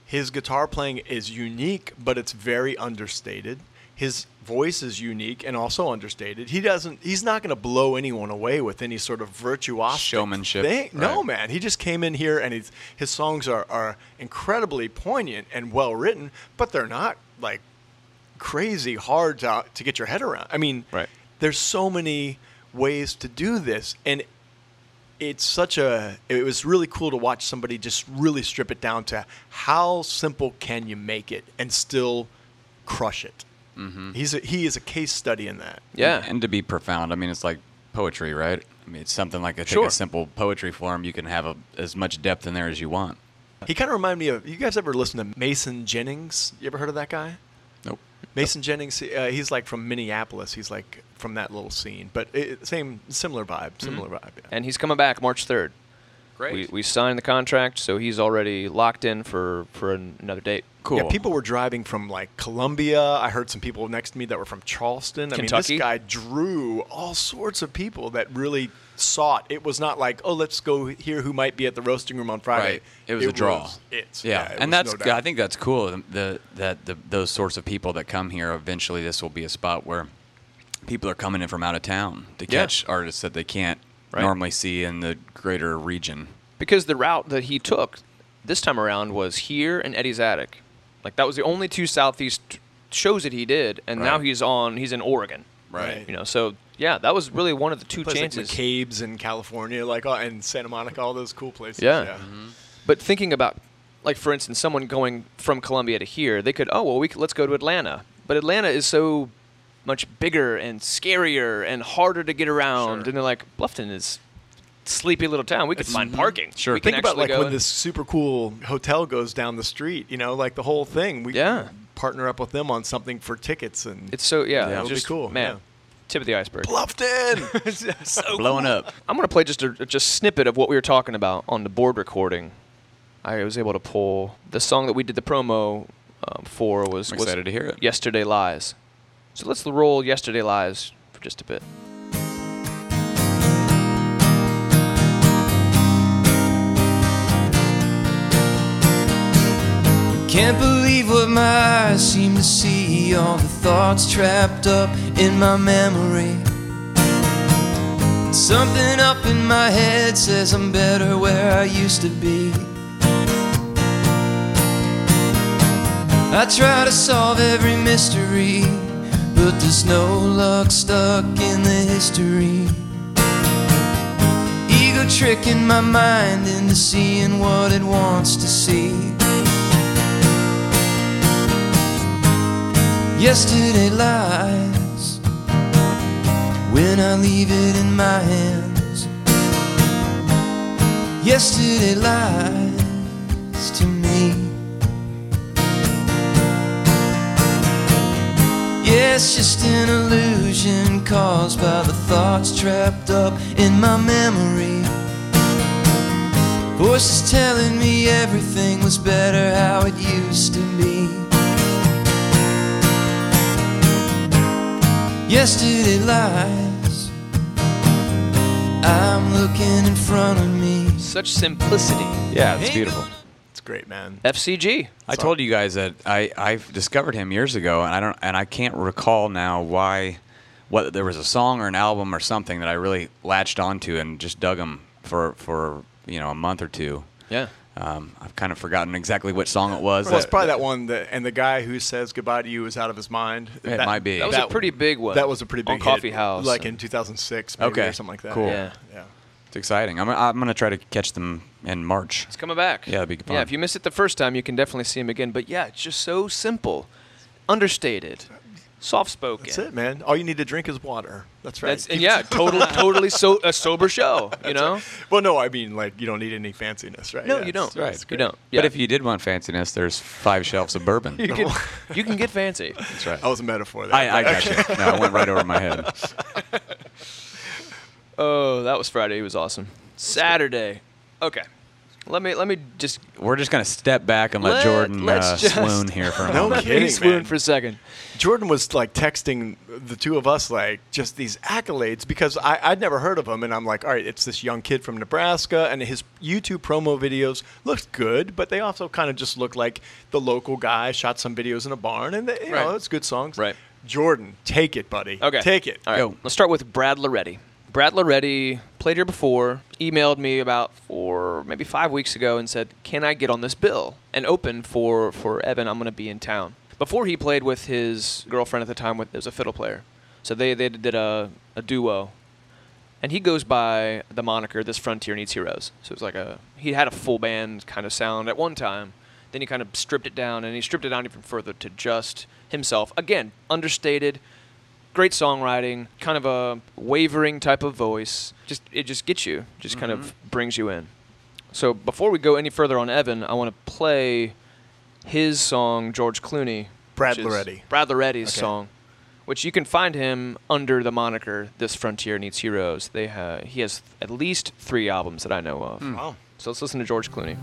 His guitar playing is unique, but it's very understated. His voice is unique and also understated. He doesn't. He's not going to blow anyone away with any sort of virtuosity
Showmanship,
Thing. No,
right.
man. He just came in here and he's, his songs are, are incredibly poignant and well written, but they're not like crazy hard to, to get your head around. I mean,
Right.
there's so many ways to do this, and it's such a. It was really cool to watch somebody just really strip it down to how simple can you make it and still crush it. He's a, he is a case study in that.
Yeah.
And to be profound, I mean, it's like poetry, right? I mean, it's something like I take
Sure.
a simple poetry form, you can have a, as much depth in there as you want.
He kind of reminded me of. You guys ever listen to Mason Jennings? You ever heard of that guy?
Nope.
Mason Jennings, uh, he's like from Minneapolis. He's like from that little scene, but it, same, similar vibe, similar vibe. Yeah.
and he's coming back March 3rd. We, we signed the contract, so he's already locked in for, for an- another date.
Cool.
Yeah, people were driving from like Columbia. I heard some people next to me that were from Charleston. I mean,
Kentucky?
this guy drew all sorts of people that really sought. It was not like, oh, let's go hear who might be at the roasting room on Friday.
Right. It was a draw.
was it.
Yeah,
it
and
was
that's
no
g-
doubt.
I think that's cool. th- The that the, those sorts of people that come here eventually, this will be a spot where people are coming in from out of town to
Yeah.
catch artists that they can't
Right.
normally see in the greater region.
Because the route that he took this time around was here and Eddie's Attic. Like, that was the only two Southeast shows that he did, and now
Right.
he's on, he's in Oregon.
Right.
You know, so yeah, that was really one of the two
Places
chances.
like McCabe's in California, like oh, and Santa Monica, all those cool places.
Yeah. Mm-hmm. But thinking about, like for instance, someone going from Columbia to here, they could, oh well, we could, let's go to Atlanta. But Atlanta is so much bigger and scarier and harder to get around,
Sure.
and they're like, Bluffton is a sleepy little town. We could find parking.
Sure.
we
Think
can
about
actually
like
go
when
and-
this super cool hotel goes down the street, you know, like the whole thing. We
Yeah.
partner up with them on something for tickets and
It's so yeah,
that would be
just
cool,
man.
yeah.
Tip of the iceberg.
Bluffton. so
Blowing up.
I'm gonna play just a just snippet of what we were talking about on the board recording. I was able to pull the song that we did the promo um, for was
I'm
was
excited to hear it.
Yesterday Lies. So let's roll Yesterday Lies for just a bit.
Can't believe what my eyes seem to see. All the thoughts trapped up in my memory. Something up in my head says I'm better where I used to be. I try to solve every mystery, but there's no luck stuck in the history. Ego tricking my mind into seeing what it wants to see. Yesterday lies when I leave it in my hands. Yesterday lies to me. Yes, just an illusion caused by the thoughts trapped up in my memory. Voices telling me everything was better how it used to be. Yesterday lies. I'm looking in front of me.
Such simplicity.
Yeah, it's
Ain't
beautiful.
It's great, man.
FCG.
I told you guys that I I discovered him years ago, and I don't and I can't recall now why, whether there was a song or an album or something that I really latched onto and just dug him for for you know a month or two.
Yeah.
Um, I've kind of forgotten exactly which song it was.
Well, it's
that-
probably that one that, and the guy who says goodbye to you is out of his mind.
It might be.
That was a
that-
pretty big one.
That was a pretty big
on Coffee
hit,
House.
like in
and-
2006, maybe,
Okay,
or something like that.
cool.
Yeah.
yeah.
It's exciting. I'm, I'm going to try to catch them in March.
it's coming back.
Yeah, that'd be fun.
Yeah, if you miss it the first time, you can definitely see him again. But yeah, it's just so simple, understated, soft spoken.
That's it, man. All you need to drink is water. That's right.
That's and yeah,
(laughs)
total, totally so a sober show. You know?
Well, no, I mean like you don't need any fanciness, right?
No,
Yeah,
you don't.
it's- it's
You
great.
don't.
But if you did want fanciness, there's five shelves of bourbon.
(laughs) you can, you can get fancy.
That's right.
That was a metaphor. There.
I, I got you. No, I went right over my head.
Oh, that was Friday. It was awesome. Saturday. Okay. Let me let me just
We're just going to step back and let,
Let-
Jordan
let's
uh,
just-
swoon here for a
No
moment.
let
kidding,
me swoon
man.
for a second.
Jordan was like texting the two of us like just these accolades because I, I'd never heard of him and I'm like, all right, it's this young kid from Nebraska and his YouTube promo videos looked good, but they also kind of just look like the local guy shot some videos in a barn and they, you know
Right.
it's good songs.
Right.
Jordan, take it, buddy.
Okay.
take it.
All right.
Go.
Let's start with Brad Loretti. Brad Loretti played here before, emailed me about four, maybe five weeks ago, and said, "Can I get on this bill and open for for Evan? I'm going to be in town." Before he played with his girlfriend at the time, with it was a fiddle player, so they they did a, a duo, and he goes by the moniker "This Frontier Needs Heroes." So it's like a he had a full band kind of sound at one time, then he kind of stripped it down, and he stripped it down even further to just himself. Again, understated, great songwriting, kind of a wavering type of voice. Just it just gets you, just kind of
Mm-hmm.
brings you in. So before we go any further on Evan, I want to play his song George Clooney,
Brad
which is
Loretti.
Brad Loretti's
Okay.
song, which you can find him under the moniker "This Frontier Needs Heroes." They ha- he has at least three albums that I know of.
Wow.
So let's listen to George Clooney.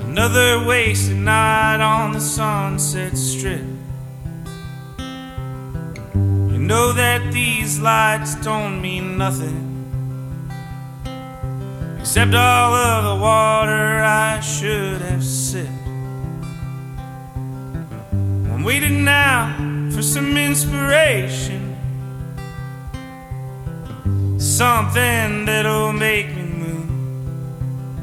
Another wasted night on the sunset strip. You know that these lights don't mean nothing. Except all of the water I should have sipped. I'm waiting now for some inspiration. Something that'll make me move.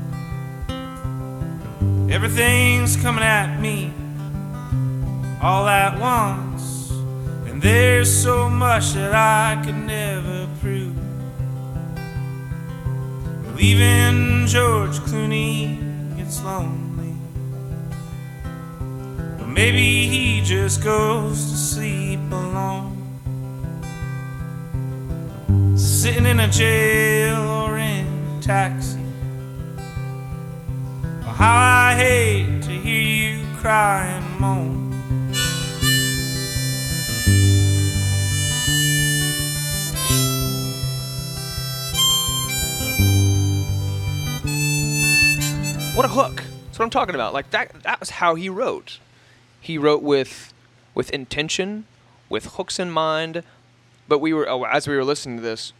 Everything's coming at me all at once. And there's so much that I could never prove. Well, even George Clooney gets lonely. But maybe he just goes to sleep alone. Sitting in a jail or in a taxi. Well, How I hate to hear you cry and moan.
What a hook! That's what I'm talking about. Like that. That was how he wrote. He wrote with with intention, with hooks in mind. But we were oh, as we were listening to this,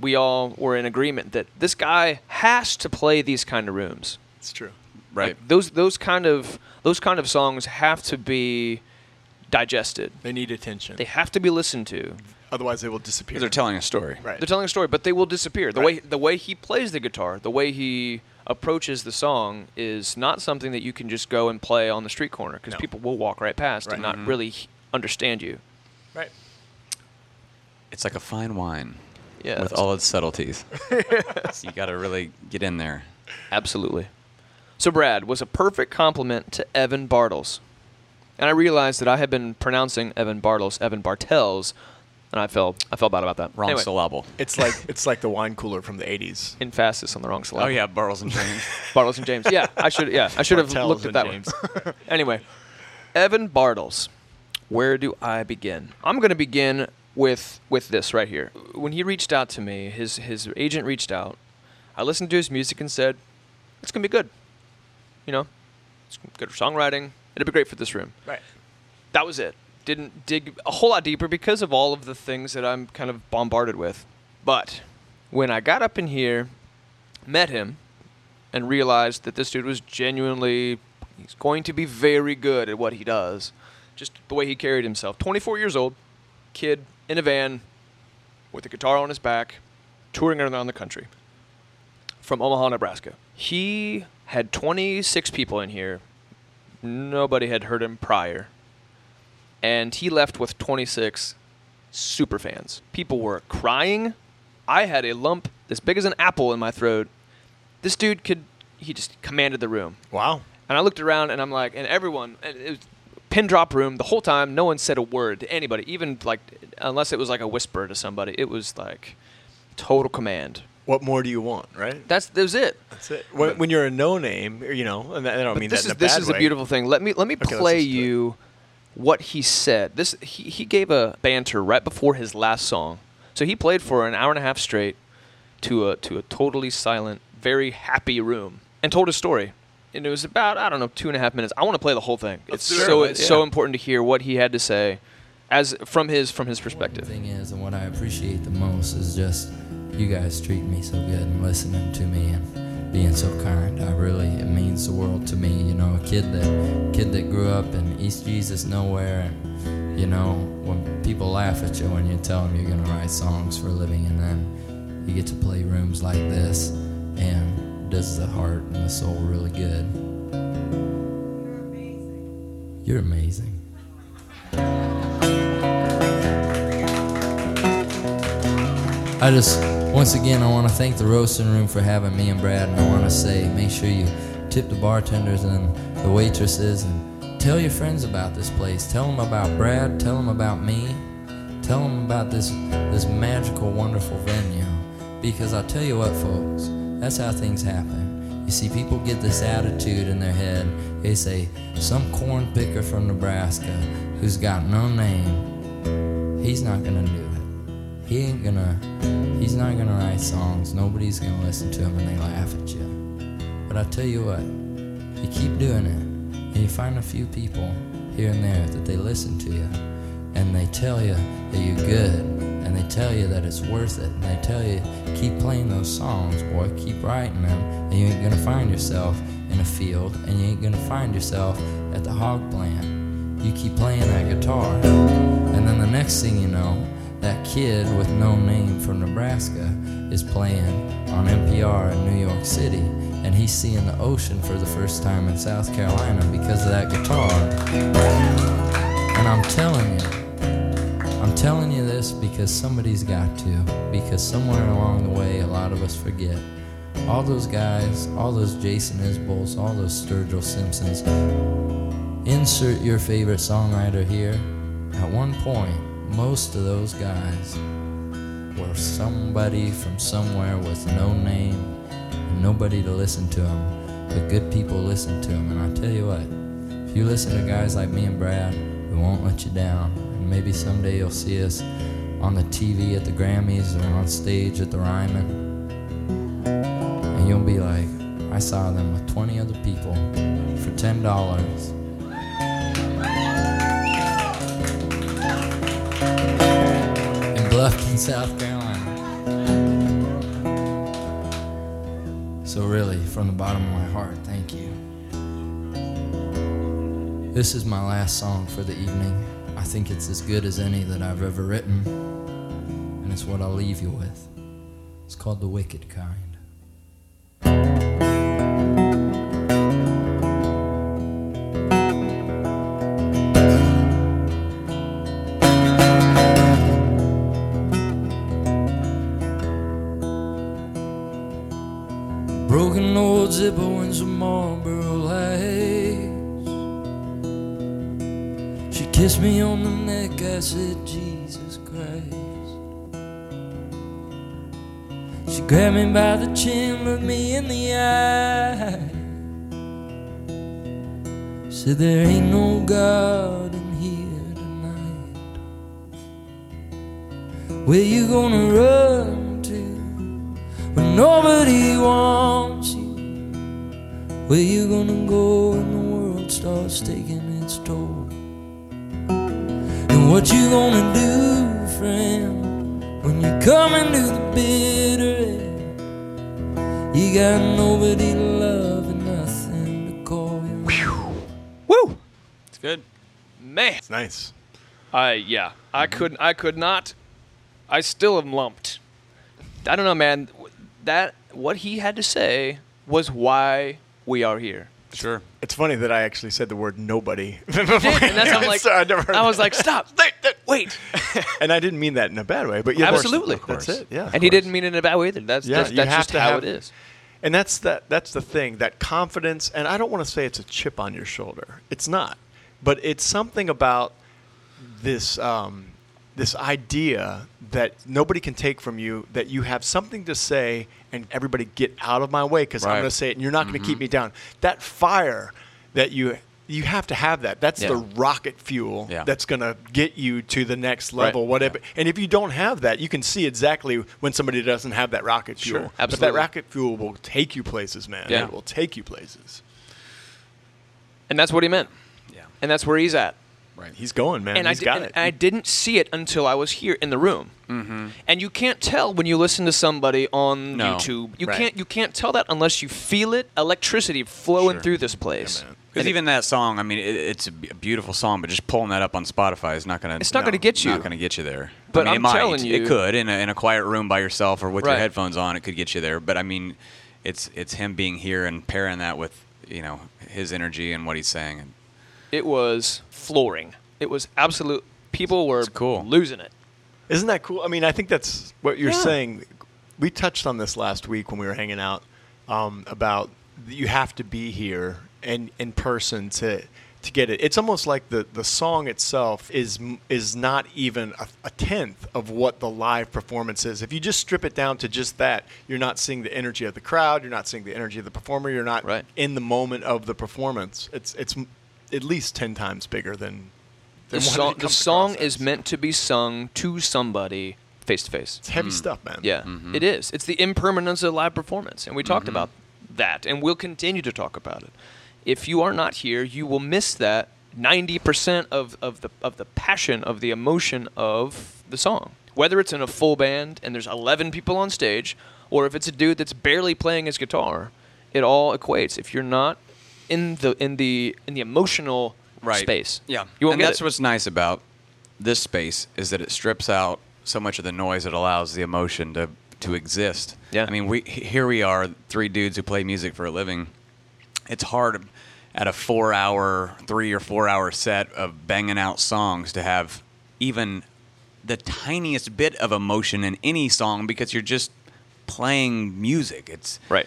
we all were in agreement that this guy has to play these kind of rooms.
It's true.
Right.
Like, those those kind of those kind of songs have to be digested.
They need attention.
They have to be listened to.
Otherwise, they will disappear.
Because they're telling a story.
right.
They're telling a story, but they will disappear. The way
Right.
the way he plays the guitar, the way he approaches the song is not something that you can just go and play on the street corner because
No.
people will walk right past
Right. Mm-hmm.
and not really h- understand you.
right.
It's like a fine wine
Yeah,
with
that's-
all its
(laughs)
subtleties. So you got to really get in there.
Absolutely. So Brad was a perfect compliment to Evan Bartels. And I realized that I had been pronouncing Evan Bartels, Evan Bartels, and I felt I felt bad about that.
Wrong
Anyway,
syllable.
It's like (laughs) it's like the wine cooler from the 80s.
Emphasis on the wrong syllable.
Oh yeah, Bartles and James.
Bartles and James. Yeah, I should. Yeah, I should have
Bartels
looked at
and
that one. (laughs) anyway, Evan Bartles. Where do I begin? I'm going to begin with with this right here. When he reached out to me, his his agent reached out. I listened to his music and said, "It's going to be good." You know, it's good for songwriting. It'll be great for this room
Right.
that was it. Didn't dig a whole lot deeper because of all of the things that I'm kind of bombarded with. But when I got up in here, met him, and realized that this dude was genuinely he's going to be very good at what he does. Just the way he carried himself. 24 years old, kid in a van with a guitar on his back, touring around the country from Omaha, Nebraska. He had 26 people in here. Nobody had heard him prior and he left with 26 super fans. People were crying. I had a lump as big as an apple in my throat. This dude could, he just commanded the room.
Wow.
And I looked around and I'm like, and everyone, and it was pin drop room the whole time. No one said a word to anybody, even like, unless it was like a whisper to somebody. It was like total command.
What more do you want, right?
That's, that was it.
That's it. When, when you're a no name, you know, and I don't mean
this
that in
is
a
this
bad
is
way.
a beautiful thing. Let me let me
let's
play
listen to it.
you what he said. This he, he gave a banter right before his last song, so he played for an hour and a half straight to a to a totally silent, very happy room and told his story. And it was about I don't know two and a half minutes. I want to play the whole thing. it's
do it.
so
Sure,
it's
yeah.
so important to hear what he had to say, as from his from his perspective.
thing is, and what I appreciate the most is just you guys treating me so good and listening to me and being so kind. I really, it means the world to me. You know, a kid that kid that grew up in East Jesus nowhere, and you know, when people laugh at you when you tell them you're gonna write songs for a living, and then you get to play rooms like this, and does the heart and the soul really good. You're amazing. I just Once again, I want to thank the Roasting Room for having me and Brad, and I want to say make sure you tip the bartenders and the waitresses and tell your friends about this place. Tell them about Brad, tell them about me, tell them about this, this magical, wonderful venue. Because I'll tell you what, folks, that's how things happen. You see, people get this attitude in their head. They say, some corn picker from Nebraska who's got no name, he's not gonna do it. He ain't gonna, he's not gonna write songs. Nobody's gonna listen to him and they laugh at you. But I tell you what, you keep doing it and you find a few people here and there that they listen to you and they tell you that you're good and they tell you that it's worth it and they tell you keep playing those songs boy keep writing them and you ain't gonna find yourself in a field and you ain't gonna find yourself at the hog plant you keep playing that guitar and then the next thing you know that kid with no name from nebraska is playing on npr in new york city and he's seeing the ocean for the first time in south carolina because of that guitar and I'm telling you, I'm telling you this because somebody's got to. Because somewhere along the way, a lot of us forget. All those guys, all those Jason Isbells, all those Sturgill Simpsons. Insert your favorite songwriter here. At one point, most of those guys were somebody from somewhere with no name and nobody to listen to them. But good people listen to them. And I tell you what, if you listen to guys like me and Brad, we won't let you down. And maybe someday you'll see us on the TV at the Grammys or on stage at the Ryman. And you'll be like, I saw them with 20 other people for $10. in Bluffton, South Carolina. So, really, from the bottom of my heart, thank you. This is my last song for the evening. I think it's as good as any that I've ever written, and it's what I'll leave you with. It's called The Wicked Kind. Broken old zipper and some Marlboro lights. She kissed me on the neck. I said, Jesus Christ. She grabbed me by the chin, looked me in the eye. Said, There ain't no God in here tonight. Where you gonna run to? when nobody wants you? Where you gonna go when the world starts taking its toll? And what you gonna do, friend, when you're coming to the bitter end? You got nobody to love and nothing to call your
Woo!
It's good.
Man,
It's nice.
I yeah, I couldn't. I could not. I still am lumped. I don't know, man. That what he had to say was why we are (laughs) here.
Sure.
It's funny that I actually said the word nobody. (laughs)
and that's I'm like,
So I never heard
I was
that.
like, (laughs) stop, wait, wait.
and I didn't mean that in a bad way, but yeah,
absolutely.
of course. that's it. Yeah, of
and he
course.
didn't mean it in a bad way either. That's
Yeah,
that's,
you
that's
have
just
to
how
have-
it is.
And that's that. That's the thing. That confidence, and I don't want to say it's a chip on your shoulder. It's not, but it's something about this um, this idea that nobody can take from you. That you have something to say, and everybody get out of my way because
Right.
I'm going to say it, and you're not going to
Mm-hmm.
keep me down. That fire that you you have to have that. That's the
Yeah.
rocket fuel
Yeah.
that's going to get you to the next level, whatever. And if you don't have that, you can see exactly when somebody doesn't have that rocket fuel.
Sure,
But that
absolutely.
rocket fuel will take you places, man.
Yeah.
It will take you places.
And that's what he meant.
(laughs) Yeah.
And that's where he's at.
Right.
He's going, man.
and I
He's
di-
got
and
it.
I didn't see it until I was here in the room. Mm-hmm. And you can't tell when you listen to somebody on
No.
YouTube. You
Right.
can't you can't tell that unless you feel it, electricity flowing
Sure.
through this place.
Because even that song, I mean, it, it's a b- a beautiful song, but just pulling that up on Spotify is not gonna.
It's not gonna get you.
Not gonna get you there.
But
I mean,
I'm
it might.
telling you-
it could in a, in a quiet room by yourself or with
Right.
your headphones on, it could get you there. But I mean, it's it's him being here and pairing that with you know his energy and what he's saying. And
it was flooring. It was absolute people were
It's cool.
losing it.
Isn't that cool? I mean, I think that's what you're
Yeah.
saying. we touched on this last week when we were hanging out um, about that you have to be here and in person to to get it. It's almost like the, the song itself is m- is not even a, a tenth of what the live performance is. If you just strip it down to just that, you're not seeing the energy of the crowd. You're not seeing the energy of the performer. You're not
Right.
in the moment of the performance. It's it's m- at least ten times bigger than.
The
than what it
song, the
comes
song
across
is
as.
meant to be sung to somebody face to face.
It's heavy stuff, man.
Hmm. Yeah,
Mm-hmm.
it is. It's the impermanence of live performance, and we talked about that, and we'll continue to talk about it. If you are not here, you will miss that ninety percent of, of the of the passion of the emotion of the song. Whether it's in a full band and there's eleven people on stage, or if it's a dude that's barely playing his guitar, it all equates. If you're not in the in the in the emotional
right.
space,
Yeah,
you won't
and
get
that's
it.
what's nice about this space is that it strips out so much of the noise. It allows the emotion to to exist.
Yeah.
I mean, we he- here we are, three dudes who play music for a living. It's hard at a four hour, three or four hour set of banging out songs to have even the tiniest bit of emotion in any song because you're just playing music. It's
right.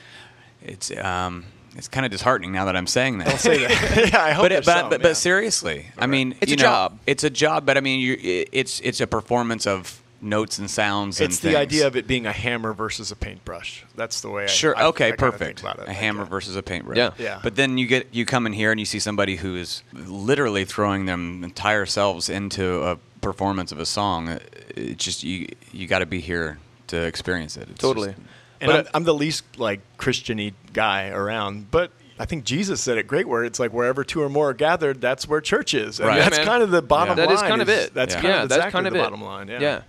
It's um. It's kind of disheartening now that I'm saying that
I'll say
(laughs)
that. yeah, I hope
but,
there's
it, but,
some,
but,
yeah.
but seriously, I mean,
It's
you
a
know,
job.
It's a job, but I mean, you, i- it's it's a performance of notes and sounds.
It's
and
the
things.
idea of it being a hammer versus a paintbrush. That's the way. I,
sure,
I, I
okay,
kinda think
perfect.
about it.
A hammer versus a paintbrush.
Yeah.
Yeah.
But then you get you come in here and you see somebody who is literally throwing them entire selves into a performance of a song. It's just you you got to be here to experience it. It's
Totally.
just-
And
But,
I'm, I'm the least like Christiany guy around, but I think Jesus said it great. Where it's like wherever two or more are gathered, that's where church is. And
Right.
That's
man.
kind of the bottom
That
line.
is kind of it.
That's
yeah.
kind
Yeah,
of
that's
exactly
kind of
the
it.
bottom line. Yeah.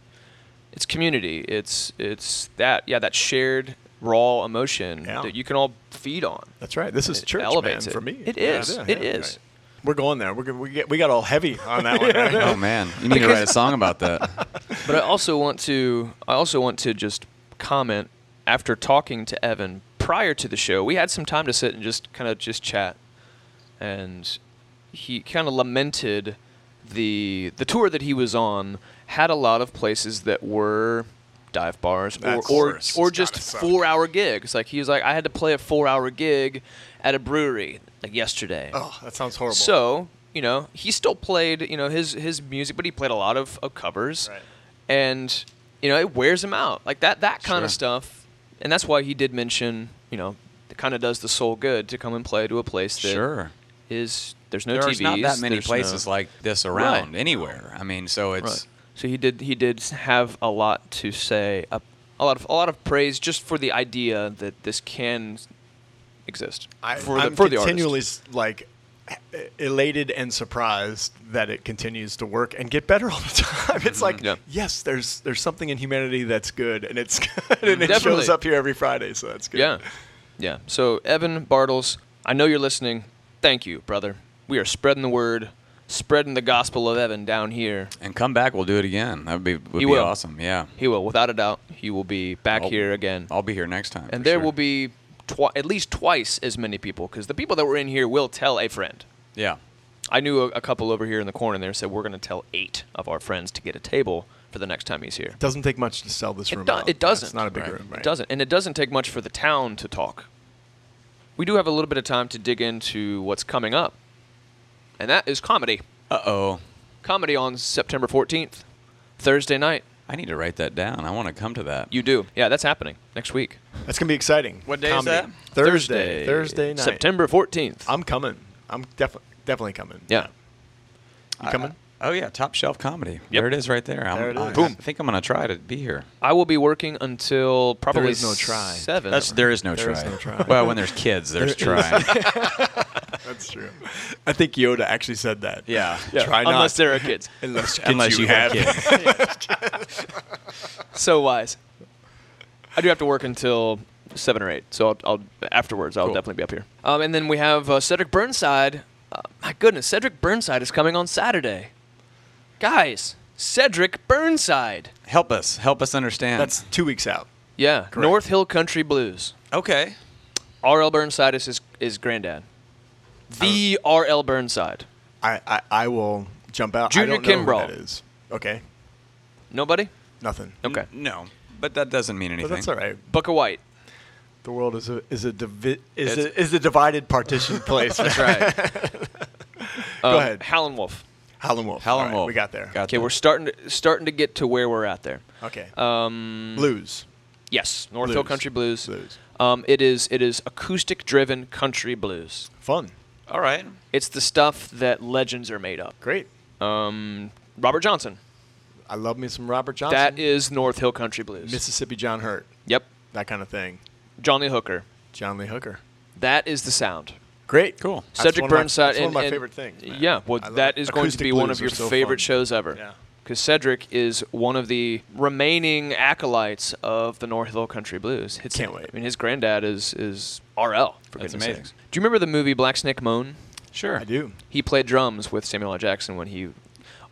It's community. It's it's that yeah that shared raw emotion
Yeah.
that you can all feed on.
That's right. This is
It
church,
elevates
man,
it.
for me.
It
Yeah,
is.
yeah,
It
yeah,
is.
right. We're going there. We're, g- we, get, we got all heavy on that one. right?
oh man, you need to write a song about that.
But I also want to I also want to just comment after talking to Evan prior to the show, we had some time to sit and just kind of just chat, and he kind of lamented the the tour that he was on had a lot of places that were dive bars or
That's
or,
worse.
or
It's
just
gotta suck.
four hour gigs. Like he was like, I had to play a four hour gig at a brewery like yesterday.
Oh, that sounds horrible.
So you know, he still played you know his his music, but he played a lot of, of covers,
Right.
and you know it wears him out like that that kind
Sure.
of stuff, and that's why he did mention you know it kind of does the soul good to come and play to a place that is
sure.
there's (laughs) no
There's
TVs,
not that many
there's
places
no-
like this around anywhere. I mean, so it's.
Right. So he did. He did have a lot to say, a, a lot of a lot of praise just for the idea that this can exist
I,
for the
I'm
for the artist.
continually s- like e- elated and surprised that it continues to work and get better (laughs) all the time. It's like
Mm-hmm. Yeah.
yes, there's there's something in humanity that's good and it's (laughs) good and it
Definitely.
shows up here every Friday, so that's good.
Yeah. (laughs) Yeah. So, Evan Bartles, I know you're listening. Thank you, brother. We are spreading the word, spreading the gospel of Evan down here.
and come back. We'll do it again. That would be would
He
be
will.
awesome. Yeah,
He will, without a doubt, he will be back
I'll-
here again.
I'll be here next time.
and
for
there
sure.
will be twi- at least twice as many people because the people that were in here will tell a friend.
yeah,
I knew a, a couple over here in the corner there said, We're going to tell eight of our friends to get a table for the next time he's here.
Doesn't take much to sell this room.
It, do-
out.
it doesn't.
It's not a big
Right.
room, right?
It doesn't, and it doesn't take much for the town to talk. We do have a little bit of time to dig into what's coming up, and that is comedy.
Uh oh,
Comedy on September 14th, Thursday night.
I need to write that down. I want to come to that.
You do, yeah, that's happening next week.
That's gonna be exciting.
What day is
Comedy.
that?
Thursday. Thursday night.
September 14th.
I'm coming. I'm definitely definitely coming.
yeah,
You coming?
oh yeah, top shelf comedy. There it is, right there. I'm,
There it
I-
is.
I think I'm gonna try to be here.
I will be working until probably
is no try.
seven.
That's there is no
There
try.
is no try.
well, when there's (laughs) kids, there's
There is.
try.
That's true. I think Yoda actually said that.
yeah.
Try not.
unless there are
(laughs)
kids.
Unless, kids
Unless you, have kids.
so wise. I do have to work until seven or eight, so I'll, I'll afterwards I'll
Cool.
definitely be up here. Um, and then we have uh, Cedric Burnside. Uh, my goodness, Cedric Burnside is coming on Saturday, guys. Cedric Burnside.
(laughs) help us, help us understand.
That's two weeks out.
Yeah,
Correct.
North Hill Country Blues.
okay.
R.L. Burnside is his, his granddad. The R.L. Burnside.
I, I, I will jump out.
Junior
I don't know who
Kimbrell.
that is. Okay.
Nobody?
Nothing.
Okay.
No, but that doesn't mean anything.
But that's all right.
Book of White.
The world is a is a divi- is
It's-
a, is a
(laughs)
divided partition place.
That's
(laughs)
right. Um,
Go ahead.
Howlin' Wolf.
Howlin' Wolf.
Howlin'
All right,
Wolf.
We got there.
Got
Okay,
there.
we're starting to, starting to get to where we're at there.
okay.
Um,
Blues.
yes, North Hill
Blues.
Country Blues.
Blues.
Um, it is it is acoustic driven country blues.
Fun.
all right.
It's the stuff that legends are made up.
Great.
Um, Robert Johnson.
I love me some Robert Johnson.
That is North Hill Country Blues.
Mississippi John Hurt.
yep.
That kind of thing.
Johnny Hooker.
John Lee Hooker.
That is the sound.
Great.
Cool.
That's
Cedric
one of my-
Burnside.
That's
and,
one of my
and-
favorite things. man.
Yeah, well,
I love
that
it.
is going to
Acoustic
be one
blues
of
are
your
so
favorite
fun.
shows ever.
Yeah.
Because Cedric is one of the remaining acolytes of the North Hill Country Blues. It's,
Can't wait.
I mean, his granddad is is RL. For
That's
goodness
amazing.
sakes. Do you remember the movie Black Snake Moan?
Sure.
I do.
He played drums with Samuel L. Jackson when he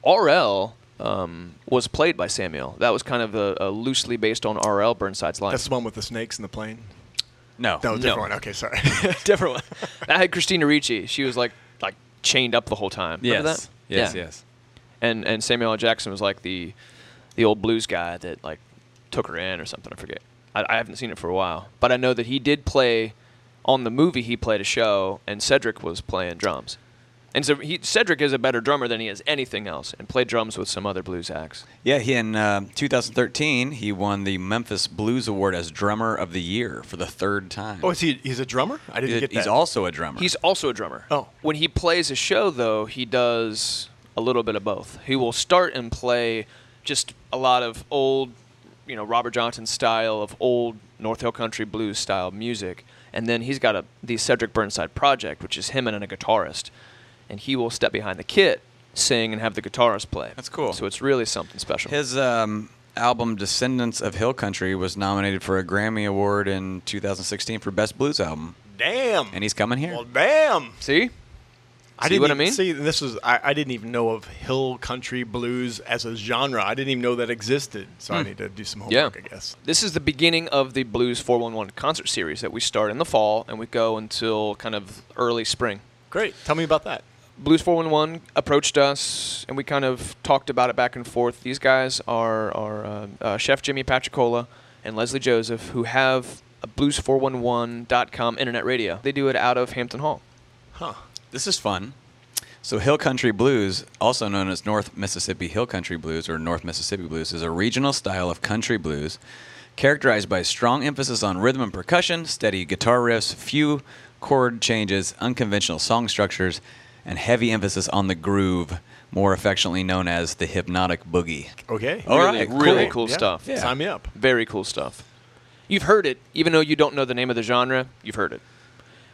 RL um, was played by Samuel. That was kind of a, a loosely based on RL Burnside's life.
That's the one with the snakes in the plane.
No.
No, different
No.
one. Okay, sorry.
(laughs) different one. I had Christina Ricci. She was like like chained up the whole time. Remember
Yes.
that?
Yes.
Yeah.
Yes.
And and Samuel L. Jackson was like the the old blues guy that like took her in or something. I forget. I, I haven't seen it for a while, but I know that he did play on the movie. He played a show, and Cedric was playing drums. And so he, Cedric is a better drummer than he is anything else, and played drums with some other blues acts.
Yeah. He in uh, 2013 he won the Memphis Blues Award as Drummer of the Year for the third time.
oh, is he? He's a drummer. I didn't
he's,
get that.
he's also a drummer.
He's also a drummer.
Oh.
When he plays a show, though, he does a little bit of both. He will start and play just a lot of old, you know, Robert Johnson style of old North Hill Country blues style music, and then he's got a the Cedric Burnside project, which is him and a guitarist, and he will step behind the kit, sing, and have the guitarist play.
That's cool.
So it's really something special.
His um, album Descendants of Hill Country was nominated for a Grammy Award in 2016 for Best Blues Album,
damn.
and he's coming here.
well, damn.
See?
I
See
didn't
what I
even,
mean?
See, this was I, I didn't even know of hill country blues as a genre. I didn't even know that existed. So I need to do some homework, I guess.
This is the beginning of the Blues 411 concert series that we start in the fall and we go until kind of early spring.
Great. Tell me about that.
Blues 411 approached us and we kind of talked about it back and forth. These guys are, are uh, uh, Chef Jimmy Patricola and Leslie Joseph, who have a blues411.com internet radio. They do it out of Hampton Hall.
Huh.
This is fun. So, Hill Country Blues, also known as North Mississippi Hill Country Blues or North Mississippi Blues, is a regional style of country blues characterized by strong emphasis on rhythm and percussion, steady guitar riffs, few chord changes, unconventional song structures, and heavy emphasis on the groove, more affectionately known as the hypnotic boogie.
Okay.
All
really,
right,
really
cool.
cool
Yeah.
stuff.
Yeah.
Sign me up.
Very cool stuff. You've heard it, even though you don't know the name of the genre, you've heard it.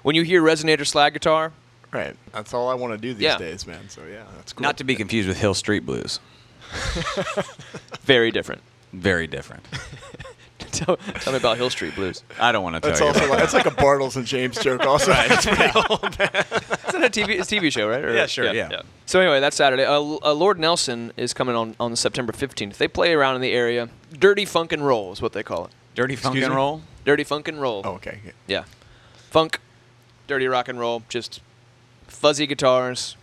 When you hear resonator slide guitar,
Right. That's all I want to do these
Yeah.
days, man. So yeah, that's cool.
Not to be confused with Hill Street Blues.
very different.
Very different.
tell, tell me about Hill Street Blues.
I don't want to tell
That's
you.
also
about
like,
that.
that's like a Bartles and James joke. Also, That's pretty old.
It's not a TV, it's a TV show, right? Or-
Yeah, sure, yeah.
So anyway, that's Saturday. Uh, L- uh, Lord Nelson is coming on on September 15th. They play around in the area. Dirty Funk and Roll is what they call it.
Dirty Funk
Excuse
and
me?
Roll.
Dirty Funk and Roll.
(laughs) Oh, okay. Yeah.
Yeah. Funk, dirty rock and roll, just fuzzy guitars.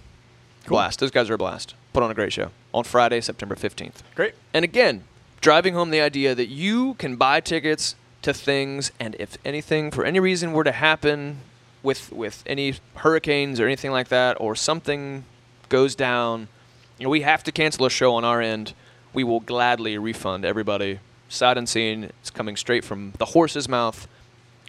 Blast. Those guys are a blast. Put on a great show on Friday, September 15th.
Great.
And again, driving home the idea that you can buy tickets to things, and if anything, for any reason, were to happen with with any hurricanes or anything like that, or something goes down, you know, we have to cancel a show on our end. We will gladly refund everybody. Sight and scene. It's coming straight from the horse's mouth.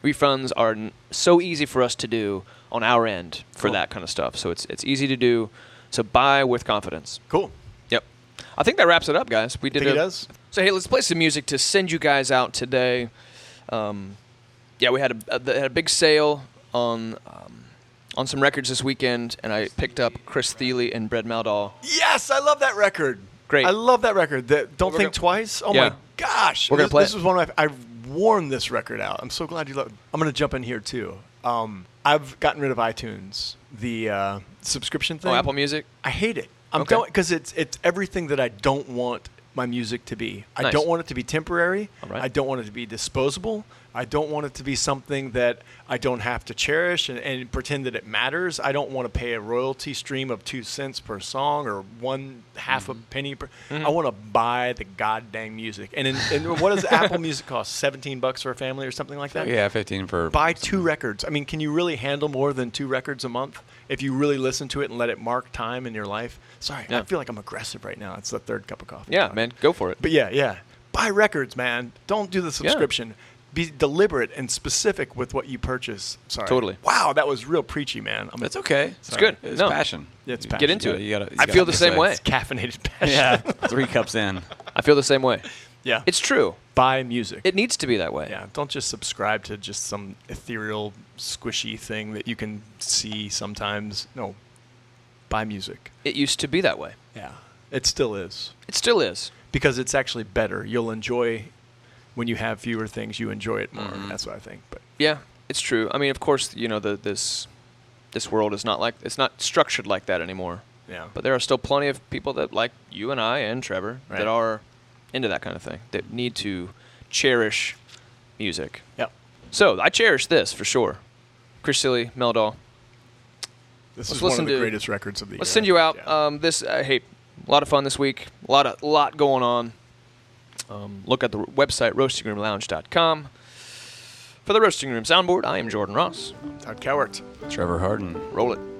Refunds are n- so easy for us to do on our end for that kind of stuff. So it's it's easy to do. So buy with confidence.
Cool.
Yep. I think that wraps it up, guys. We did
Think it
a-
does?
So hey, let's play some music to send you guys out today. Um, yeah, we had a, a, they had a big sale on um, on some records this weekend, and I picked up Chris Thiele and Brad Maldahl.
Yes, I love that record.
Great.
I love that record. That don't
We're
think
gonna-
twice. Oh
Yeah.
my gosh.
We're gonna
this,
play
This
it.
is one of my. I've worn this record out. I'm so glad you love. I'm gonna jump in here too. Um, I've gotten rid of iTunes, the uh, subscription thing.
Oh, Apple Music.
I hate it. I'm
Okay.
because it's it's everything that I don't want my music to be. I
Nice.
don't want it to be temporary.
All right.
I don't want it to be disposable. I don't want it to be something that I don't have to cherish and, and pretend that it matters. I don't want to pay a royalty stream of two cents per song or one half
Mm-hmm.
a penny. Per, I want to buy the goddamn music. And in, and
(laughs)
what does Apple Music cost? Seventeen bucks for a family or something like that.
yeah, fifteen for
Buy two records. I mean, can you really handle more than two records a month if you really listen to it and let it mark time in your life? Sorry,
Yeah.
I feel like I'm aggressive right now. It's the third cup of coffee.
Yeah,
Sorry.
man, go for it.
But yeah, yeah. Buy records, man. Don't do the subscription. Be deliberate and specific with what you purchase. Sorry.
Totally.
Wow, that was real preachy, man. I'm
That's okay.
It's good.
It's
no.
passion.
It's
Get
passion.
into
You
it.
gotta- you
I
gotta
feel the
emphasize.
same way. (laughs)
It's caffeinated passion.
Yeah, three cups in.
I feel the same way.
(laughs) yeah.
It's true.
buy music.
It needs to be that way.
yeah. Don't just subscribe to just some ethereal, squishy thing that you can see sometimes. No. Buy music.
It used to be that way.
Yeah. It still is.
It still is.
Because it's actually better. You'll enjoy when you have fewer things, you enjoy it more.
Mm-hmm.
That's what I think. But
Yeah, it's true. I mean, of course, you know, the, this this world is not like it's not structured like that anymore.
yeah.
But there are still plenty of people that like you and I and Trevor
Right.
that are into that kind of thing that need to cherish music.
yep.
So I cherish this for sure. Chris Silly, Meldahl.
This
Let's
is one
listen
of the
to-
greatest records of the year.
Let's send you out.
Yeah.
Um, this uh, hey, a lot of fun this week. A lot of lot going on. Um, look at the website roastingroomlounge.com. For the Roasting Room Soundboard, I am Jordan Ross.
Todd Cowart.
Trevor Harden.
Roll it.